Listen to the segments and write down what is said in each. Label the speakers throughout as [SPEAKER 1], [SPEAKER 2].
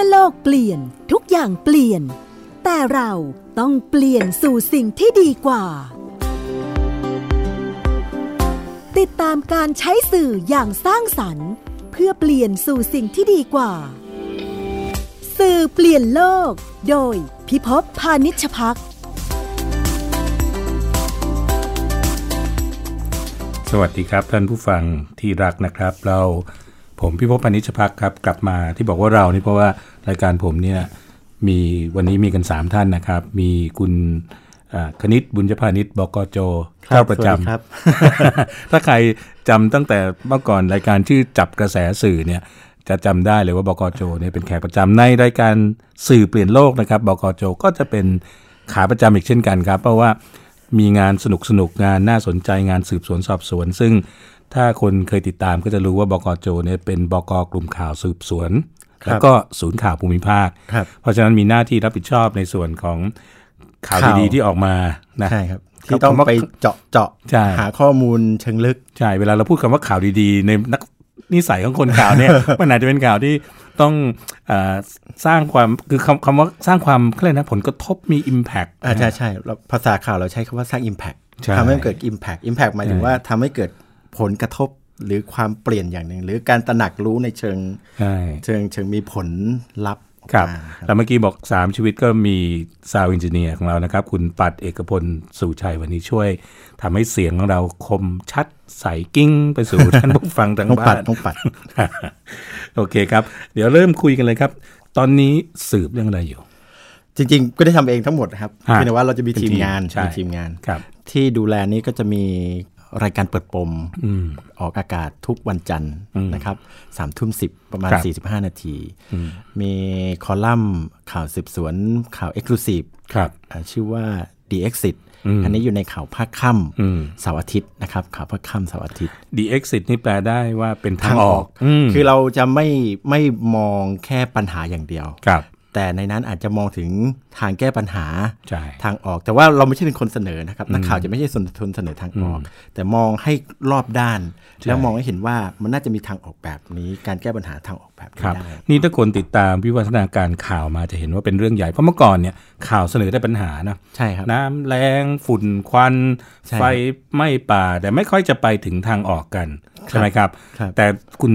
[SPEAKER 1] อโลกเปลี่ยนทุกอย่างเปลี่ยน แต่เราต้องเปลี่ยนสู่สิ่งที่ดีกว่า ติดตามการใช้สื่ออย่างสร้างสรรค์ เพื่อเปลี่ยนสู่สิ่งที่ดีกว่า สื่อเปลี่ยนโลก โดยพิภพพานิชพัก
[SPEAKER 2] สวัสดีครับท่านผู้ฟังที่รักนะครับ เราผมพิภพพานิชพักครับกลับมาที่บอกว่าเรานี่เพราะว่ารายการผมเนี่ยมีวันนี้มีกัน 3 ท่านนะครับ มีคุณอ่าคณิตบุญยพานิชบกโจ
[SPEAKER 3] ครับ
[SPEAKER 2] เจ้าประจำ
[SPEAKER 3] สวัสดีครับ
[SPEAKER 2] ถ้าใครจำตั้งแต่เมื่อก่อนรายการชื่อจับกระแสสื่อเนี่ยจะจำได้เลยว่าบกโจเนี่ยเป็นแขกประจำในรายการสื่อเปลี่ยนโลกนะครับบกโจก็จะเป็นขาประจำอีกเช่นกันครับ เพราะว่ามีงานสนุกสนุกๆงานน่าสนใจงานสืบสวนสอบสวน ซึ่งถ้าคนเคยติดตามก็จะรู้ว่าบกโจเนี่ยเป็นบกกลุ่มข่าวสืบสวน
[SPEAKER 3] ครับ
[SPEAKER 2] แล้วก็ศูนย์ข่าวภูมิภาค
[SPEAKER 3] ครับ
[SPEAKER 2] เพราะฉะนั้นมีหน้าที่รับผิดชอบในส่วนของข่าว
[SPEAKER 3] ข่าว
[SPEAKER 2] ดีๆที่ออกมานะ
[SPEAKER 3] ใช่ครับ ที่ต้องไปเจาะเจาะ
[SPEAKER 2] ใช่
[SPEAKER 3] หาข้อมูลเชิงลึก
[SPEAKER 2] ใช่เวลาเราพูดคำว่าข่าวดีๆ ในนักนิสัยของคนข่าว เนี่ย มันอาจจะเป็นข่าวที่ต้องเออสร้างความคือคำคำว่าสร้างความเขาเรียกนะผลกระทบมี Impact
[SPEAKER 3] อ่า
[SPEAKER 2] นะ
[SPEAKER 3] ใช่ใช่เราภาษาข่าวเราใช้คำว่าสร้าง Impact
[SPEAKER 2] ใช่
[SPEAKER 3] ทำให้มันเกิด Impact Impact หมายถึง
[SPEAKER 2] ใช่
[SPEAKER 3] ว่าทำให้เกิดผลกระทบหรือความเปลี่ยนอย่างหนึ่ง หรือการตระหนักรู้ในเชิง
[SPEAKER 2] ใช่
[SPEAKER 3] เชิงเชิงมีผลลัพธ์
[SPEAKER 2] ครับ
[SPEAKER 3] อ่า
[SPEAKER 2] แล้วเมื่อกี้บอก 3 ชีวิตก็มีซาว d ินจ n เนียร์ของเรานะครับ คุณปัดเอกพลสู่ชัยวันนี้ช่วยทำให้เสียงของเราคมชัดใสกิ้งไปสู่ ท่านผู้ฟังทาง
[SPEAKER 3] ต้อง
[SPEAKER 2] บ้า
[SPEAKER 3] ปัด
[SPEAKER 2] น
[SPEAKER 3] ต้องปัด
[SPEAKER 2] โอเคครับ เดี๋ยวเริ่มคุยกันเลยครับ ตอนนี้สืบเรื่องอะไรอยู่
[SPEAKER 3] จริงๆ ก็ได้ทำเองทั้งหมดนะครับ
[SPEAKER 2] ฮะ
[SPEAKER 3] เพียงแต่ว่าเราจะมี
[SPEAKER 2] เป็น
[SPEAKER 3] ทีม
[SPEAKER 2] ทีม
[SPEAKER 3] งาน
[SPEAKER 2] ใช่
[SPEAKER 3] มีทีมงาน
[SPEAKER 2] ครับ
[SPEAKER 3] ที่ดูแลนี้ก็จะมีรายการเปิดปมออกอากาศทุกวันจันทร์นะครับสามทุ่มสิบประมาณ
[SPEAKER 2] ครับ
[SPEAKER 3] 45 นาที มีคอลัมน์ข่าวสืบสวนข่าวเอ็กซ์คลูซีฟ
[SPEAKER 2] ครับ
[SPEAKER 3] อ่าชื่อว่า The Exit อันนี้อยู่ในข่าวภาคค่ำเสาร์อาทิตย์นะครับข่าวภาคค่ำเสาร์อาทิตย์
[SPEAKER 2] The Exit นี่แปลได้ว่าเป็นทางออก
[SPEAKER 3] คือเราจะไม่ไม่มองแค่ปัญหาอย่างเดียว
[SPEAKER 2] ครับ
[SPEAKER 3] แต่ในนั้นอาจจะมองถึงทางแก้ปัญหา
[SPEAKER 2] ใช่
[SPEAKER 3] ทางออก แต่ว่าเราไม่ใช่เป็นคนเสนอนะครับนักข่าวจะไม่ใช่ส่วนทนเสนอทางออก แต่มองให้รอบด้าน แล้วมองให้เห็นว่ามันน่าจะมีทางออกแบบนี้ การแก้ปัญหาทางออกแบบ
[SPEAKER 2] ค
[SPEAKER 3] นี้
[SPEAKER 2] รับ
[SPEAKER 3] ได้
[SPEAKER 2] นี่ถ้าคนติดตามวิวัฒนาการข่าวมาจะเห็นว่าเป็นเรื่องใหญ่ เพราะเมื่อก่อนเนี่ยข่าวเสนอได้ปัญหาเนอะ
[SPEAKER 3] ใช่ครับ
[SPEAKER 2] น้ำแรงฝุ่นควัน
[SPEAKER 3] ใช่ครับ
[SPEAKER 2] ไฟไหม้ป่า แต่ไม่ค่อยจะไปถึงทางออกกัน ใช่ไหมครับ
[SPEAKER 3] ครับ
[SPEAKER 2] แต่คุณ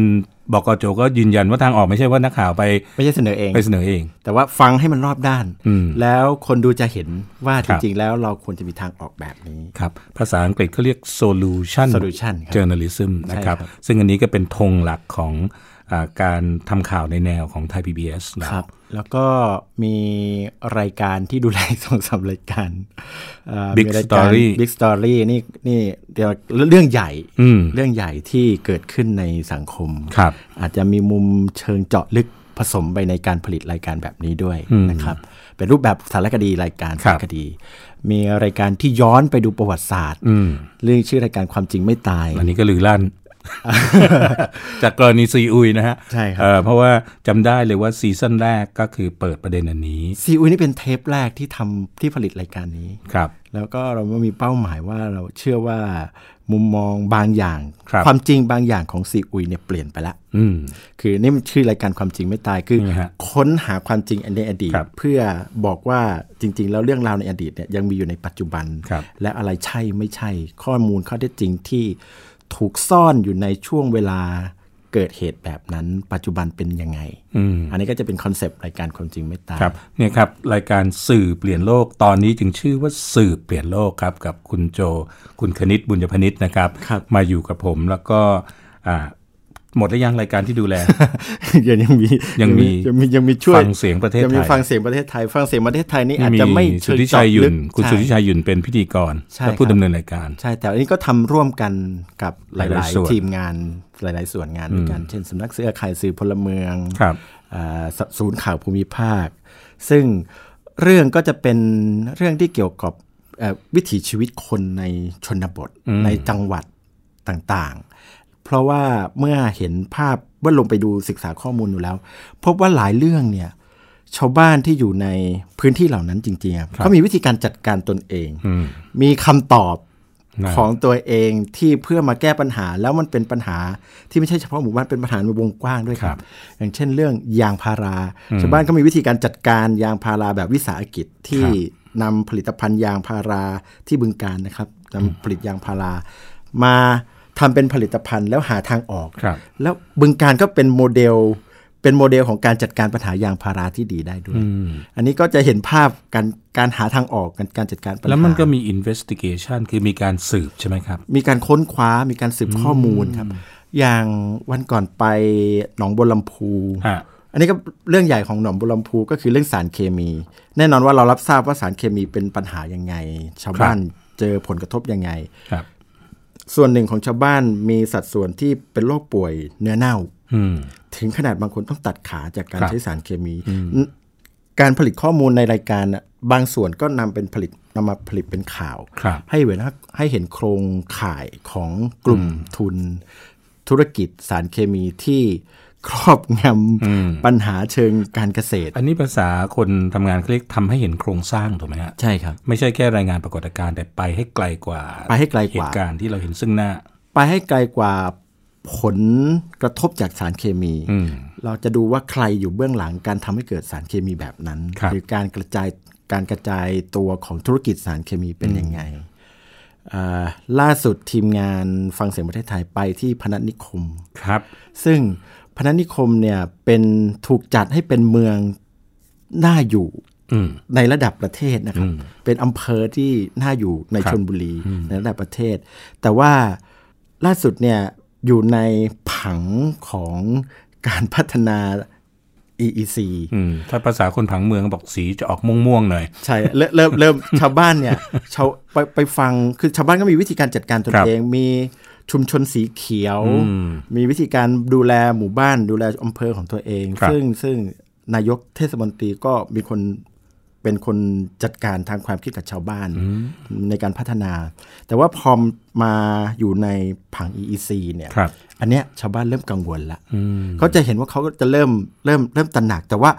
[SPEAKER 2] บอกกโจก็ยืนยันว่าทางออกไม่ใช่ว่านักข่าวไป
[SPEAKER 3] ไม่ใช่เสนอเอง
[SPEAKER 2] ไปเสนอเอง
[SPEAKER 3] แต่ว่าฟังให้มันรอบด้าน
[SPEAKER 2] อืม
[SPEAKER 3] แล้วคนดูจะเห็นว่า
[SPEAKER 2] ค
[SPEAKER 3] จ
[SPEAKER 2] รับ
[SPEAKER 3] ริงๆ แล้วเราควรจะมีทางออกแบบนี้
[SPEAKER 2] ครับ ภาษาอังกฤษเขาเรียก solution
[SPEAKER 3] Solution ครับ
[SPEAKER 2] journalism นะครับ
[SPEAKER 3] ใช่ครับ
[SPEAKER 2] ซึ่งอันนี้ก็เป็นธงหลักของอาการทำข่าวในแนวของไทย PBS นะ
[SPEAKER 3] ครับ แล้วก็มีรายการที่ดูแล สองสามรายการ
[SPEAKER 2] Big Story
[SPEAKER 3] Big Story นี่นี่เดี๋ยวเรื่องใหญ่
[SPEAKER 2] อืม
[SPEAKER 3] เรื่องใหญ่ที่เกิดขึ้นในสังคม
[SPEAKER 2] ครับ
[SPEAKER 3] อาจจะมีมุมเชิงเจาะลึกผสมไปในการผลิตรายการแบบนี้ด้วยนะครับ เป็นรูปแบบสารคดีรายการ
[SPEAKER 2] ครั
[SPEAKER 3] สา
[SPEAKER 2] บ
[SPEAKER 3] รคดี มีรายการที่ย้อนไปดูประวัติศาสตร์เรื่องชื่อรายการความจริงไม่ตาย
[SPEAKER 2] อันนี้ก็ลือ ลั่น จากกรณีซีอุยนะฮะ
[SPEAKER 3] ใช่ครับ
[SPEAKER 2] เอ่อเพราะว่าจำได้เลยว่าซีซั่นแรกก็คือเปิดประเด็นอันนี้
[SPEAKER 3] ซีอุยนี่เป็นเทปแรกที่ทำที่ผลิตรายการนี้
[SPEAKER 2] ครับ
[SPEAKER 3] แล้วก็เราก็มีเป้าหมายว่าเราเชื่อว่ามุมมองบางอย่าง
[SPEAKER 2] ครับ
[SPEAKER 3] ความจริงบางอย่างของซีอุยเนี่ยเปลี่ยนไปละ
[SPEAKER 2] อืม
[SPEAKER 3] คือนี่มันชื่อรายการความจริงไม่ตายคือ
[SPEAKER 2] นี่ฮะ
[SPEAKER 3] ค้นหาความจริงในอดีต
[SPEAKER 2] ครับ
[SPEAKER 3] เพื่อบอกว่าจริง ๆ แล้วเรื่องราวในอดีตเนี่ยยังมีอยู่ในปัจจุบัน
[SPEAKER 2] ครับ
[SPEAKER 3] และอะไรใช่ไม่ใช่ ข้อมูลข้อเท็จจริงที่ถูกซ่อนอยู่ในช่วงเวลาเกิดเหตุแบบนั้น ปัจจุบันเป็นยังไง
[SPEAKER 2] อืม
[SPEAKER 3] นนี้ก็จะเป็นคอนเซปต์รายการความจริงไม่ตาย
[SPEAKER 2] ครับเนี่ยครับรายการสื่อเปลี่ยนโลกตอนนี้จึงชื่อว่าสื่อเปลี่ยนโลกครับ กับคุณโจ คุณคณิตบุญยพนิษฐ์นะครับ
[SPEAKER 3] ครับ
[SPEAKER 2] มาอยู่กับผมแล้วก็อ่าหมดแล้วยังรายการที่ดูแล
[SPEAKER 3] ยังยังมี
[SPEAKER 2] ยังมี
[SPEAKER 3] ยังมียังมีช่วย
[SPEAKER 2] ฟังเสียงประเทศไทย
[SPEAKER 3] ยังมีฟังเสียงประเทศไทย ฟังเสียงประเทศไทยนี่ อาจ
[SPEAKER 2] นี่
[SPEAKER 3] จะไม่
[SPEAKER 2] สุ
[SPEAKER 3] เชิง
[SPEAKER 2] ทธิ
[SPEAKER 3] เจาะ
[SPEAKER 2] ชัยหยุ่
[SPEAKER 3] ลึ
[SPEAKER 2] น
[SPEAKER 3] ก
[SPEAKER 2] คุณ
[SPEAKER 3] ใช่
[SPEAKER 2] สุทธิชัยหยุ่นเป็นพิธีกร
[SPEAKER 3] ใช่
[SPEAKER 2] และผู้
[SPEAKER 3] ครับ
[SPEAKER 2] ดำเนินรายการ
[SPEAKER 3] ใช่แต่อันนี้ก็ทำร่วมกันกับห
[SPEAKER 2] หลา
[SPEAKER 3] ลาย ย
[SPEAKER 2] ๆส่วน
[SPEAKER 3] ๆ ทีมงานหลาย ๆ ส่วนงานด้วยกัน เช่นสำนักเสื้อข่ายสื่อพลเมือง
[SPEAKER 2] ครับ
[SPEAKER 3] อ่าสศูนย์ข่าวภูมิภาค ซึ่งเรื่องก็จะเป็นเรื่องที่เกี่ยวกับเอ่อวิถีชีวิตคนในชนบทในจังหวัดต่าง ๆ เพราะว่าเมื่อเห็นภาพเมื่อลงไปดูศึกษาข้อมูลอยู่แล้ว พบว่าหลายเรื่องเนี่ยชาวบ้านที่อยู่ในพื้นที่เหล่านั้นจริงๆอะเขามีวิธีการจัดการตนเอง มีคำตอบ
[SPEAKER 2] นะ
[SPEAKER 3] ของตัวเองที่เพื่อมาแก้ปัญหาแล้วมันเป็นปัญหาที่ไม่ใช่เฉพาะหมู่บ้านเป็นปัญหาในวงกว้างด้วยครับ อย่างเช่นเรื่องยางพาราชาวบ้านก็มีวิธีการจัดการยางพาราแบบวิสาหกิจที่นำผลิตภัณฑ์ยางพาราที่บึงการนะครับนำผลิตยางพารา มาทำเป็นผลิตภัณฑ์แล้วหาทางออก
[SPEAKER 2] ครับ
[SPEAKER 3] แล้วบึงการก็เป็นโมเดล เป็นโมเดลของการจัดการปัญหายางพาราที่ดีได้ด้วย อันนี้ก็จะเห็นภาพการการหาทางออกกันการจัดการปัญหา
[SPEAKER 2] แล้วมันก็มี investigation คือมีการสืบใช่ไหมครับ
[SPEAKER 3] มีการค้นคว้ามีการสืบข้อมูลครับ อย่างวันก่อนไปหนองบัวลำพู
[SPEAKER 2] ฮะ
[SPEAKER 3] อันนี้ก็เรื่องใหญ่ของหนองบัวลำพูก็คือเรื่องสารเคมี แน่นอนว่าเรารับทราบว่าสารเคมีเป็นปัญหายังไง ชาวบ้านเจอผลกระทบยังไง
[SPEAKER 2] ครับ
[SPEAKER 3] ส่วนหนึ่งของชาวบ้านมีสัดส่วนที่เป็นโรคป่วยเนื้อเน่า
[SPEAKER 2] อืม
[SPEAKER 3] ถึงขนาดบางคนต้องตัดขาจากการ
[SPEAKER 2] ครับ
[SPEAKER 3] ใช้สารเคมี การผลิตข้อมูลในรายการน่ะบางส่วนก็นำเป็นผลิตนำมาผลิตเป็นข่าว
[SPEAKER 2] ครับ
[SPEAKER 3] ให้เห็นว่าให้เห็นโครงข่ายของกลุ่มทุน ธุรกิจสารเคมีที่ครอบงำปัญหาเชิงการเกษตร
[SPEAKER 2] อันนี้ภาษาคนทำงานเขาเรียกทำให้เห็นโครงสร้างถูกไหมฮะ
[SPEAKER 3] ใช่ครับ
[SPEAKER 2] ไม่ใช่แค่รายงานปรากฏการณ์แต่ไปให้ไกลกว่า
[SPEAKER 3] ไปให้ไกลก
[SPEAKER 2] เห
[SPEAKER 3] ว่า
[SPEAKER 2] ตุการณ์ที่เราเห็นซึ่งหน้า
[SPEAKER 3] ไปให้ไกลกว่าผลกระทบจากสารเคมี
[SPEAKER 2] อืม
[SPEAKER 3] เราจะดูว่าใครอยู่เบื้องหลังการทำให้เกิดสารเคมีแบบนั้น
[SPEAKER 2] ครับ
[SPEAKER 3] หรือการกระจายการกระจายตัวของธุรกิจสารเคมีเป็นยังไงอ่าล่าสุดทีมงานฟังเสียงประเทศไทยไปที่พนัสนิคม
[SPEAKER 2] ครับ
[SPEAKER 3] ซึ่งพนัสนิคมเนี่ยเป็นถูกจัดให้เป็นเมืองน่าอยู่
[SPEAKER 2] อืม
[SPEAKER 3] ในระดับประเทศนะครับ เป็นอำเภอที่น่าอยู่ใน
[SPEAKER 2] ครับ
[SPEAKER 3] ชนบุรีในระดับประเทศ แต่ว่าล่าสุดเนี่ยอยู่ในผังของการพัฒนา EEC
[SPEAKER 2] อืม ถ้าภาษาคนผังเมืองบอกสีจะออกม่วงๆหน่อย
[SPEAKER 3] ใช่เริ่มเริ่มเริ่มชาวบ้านเนี่ย ชาวไปไปฟังคือชาวบ้านก็มีวิธีการจัดการตน
[SPEAKER 2] ครับ
[SPEAKER 3] เองมีชุมชนสีเขียว มีวิธีการดูแลหมู่บ้าน ดูแลอำเภอของตัวเอง
[SPEAKER 2] ครับ
[SPEAKER 3] ซึ่งซึ่งนายกเทศมนตรีก็มีคนเป็นคนจัดการทางความคิดกับชาวบ้านในการพัฒนา แต่ว่าพอมาอยู่ในผัง EEC เนี่ย
[SPEAKER 2] ครับ
[SPEAKER 3] อันเนี้ยชาวบ้านเริ่มกังวลละเขาจะเห็นว่าเขาก็จะเริ่มเริ่มเริ่มตระหนัก แต่ว่า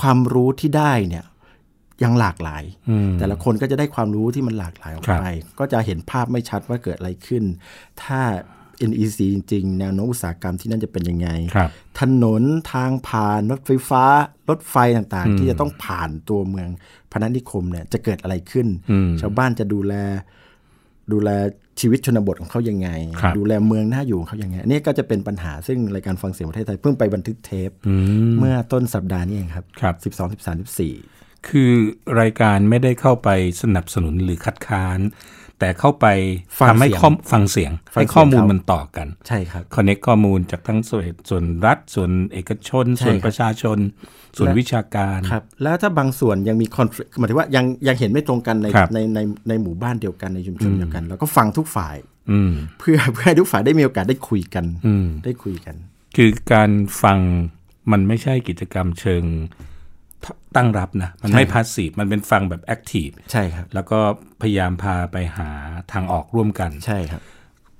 [SPEAKER 3] ความรู้ที่ได้เนี่ยยังหลากหลาย แต่ละคนก็จะได้ความรู้ที่มันหลากหลายออกไป ก็จะเห็นภาพไม่ชัดว่าเกิดอะไรขึ้น ถ้า NEC จริงๆ แนวโน้มอุตสาหกรรมที่นั่นจะเป็นยังไง
[SPEAKER 2] ครับ
[SPEAKER 3] ถนนทางผ่านรถไฟฟ้ารถไฟต่างๆ ที่จะต้องผ่านตัวเมืองพนัสนิคมเนี่ยจะเกิดอะไรขึ้น ชาวบ้านจะดูแล ดูแลชีวิตชนบทของเขายังไง
[SPEAKER 2] ครับ
[SPEAKER 3] ดูแลเมืองน่าอยู่ของเขายังไงอันนี่ก็จะเป็นปัญหาซึ่งรายการฟังเสียงประเทศไทยเพิ่งไปบันทึกเทป เมื่อต้นสัปดาห์นี้เองครับ
[SPEAKER 2] ครับ
[SPEAKER 3] 12 13 14
[SPEAKER 2] คือรายการไม่ได้เข้าไปสนับสนุนหรือคัดค้าน แต่เข้าไป
[SPEAKER 3] ฟัง
[SPEAKER 2] ทำให้
[SPEAKER 3] เสียง
[SPEAKER 2] ข้อมฟังเสียง
[SPEAKER 3] ฟัง
[SPEAKER 2] ให้
[SPEAKER 3] เสียง
[SPEAKER 2] ข้อมูล
[SPEAKER 3] เขามั
[SPEAKER 2] มันต่อกัน
[SPEAKER 3] ใช่ครับ
[SPEAKER 2] คอนเนคข้อมูลจากทั้งส่วนส่วนรัฐ ส่วนเอกชน
[SPEAKER 3] ใช่
[SPEAKER 2] ส่วน
[SPEAKER 3] ครับ
[SPEAKER 2] ประชาชน ส่วนวิชาการ
[SPEAKER 3] ครับแล้วถ้าบางส่วนยังมีคอนฟ lict หมายถึงว่ายังยังเห็นไม่ตรงกันใน
[SPEAKER 2] ครับ
[SPEAKER 3] ในในในหมู่บ้านเดียวกันในชุมชนเดียวกัน แล้วก็ฟังทุกฝ่าย
[SPEAKER 2] อืม
[SPEAKER 3] เพื่อเพื่อให้ทุกฝ่ายได้มีโอกาสได้คุยกันได้คุยกัน
[SPEAKER 2] คือการฟังมันไม่ใช่กิจกรรมเชิงทตั้งรับนะ มันไม่พาสซีฟมันเป็นฟังแบบแอคทีฟ
[SPEAKER 3] ใช่ครับ
[SPEAKER 2] แล้วก็พยายามพาไปหาทางออกร่วมกัน
[SPEAKER 3] ใช่ครับ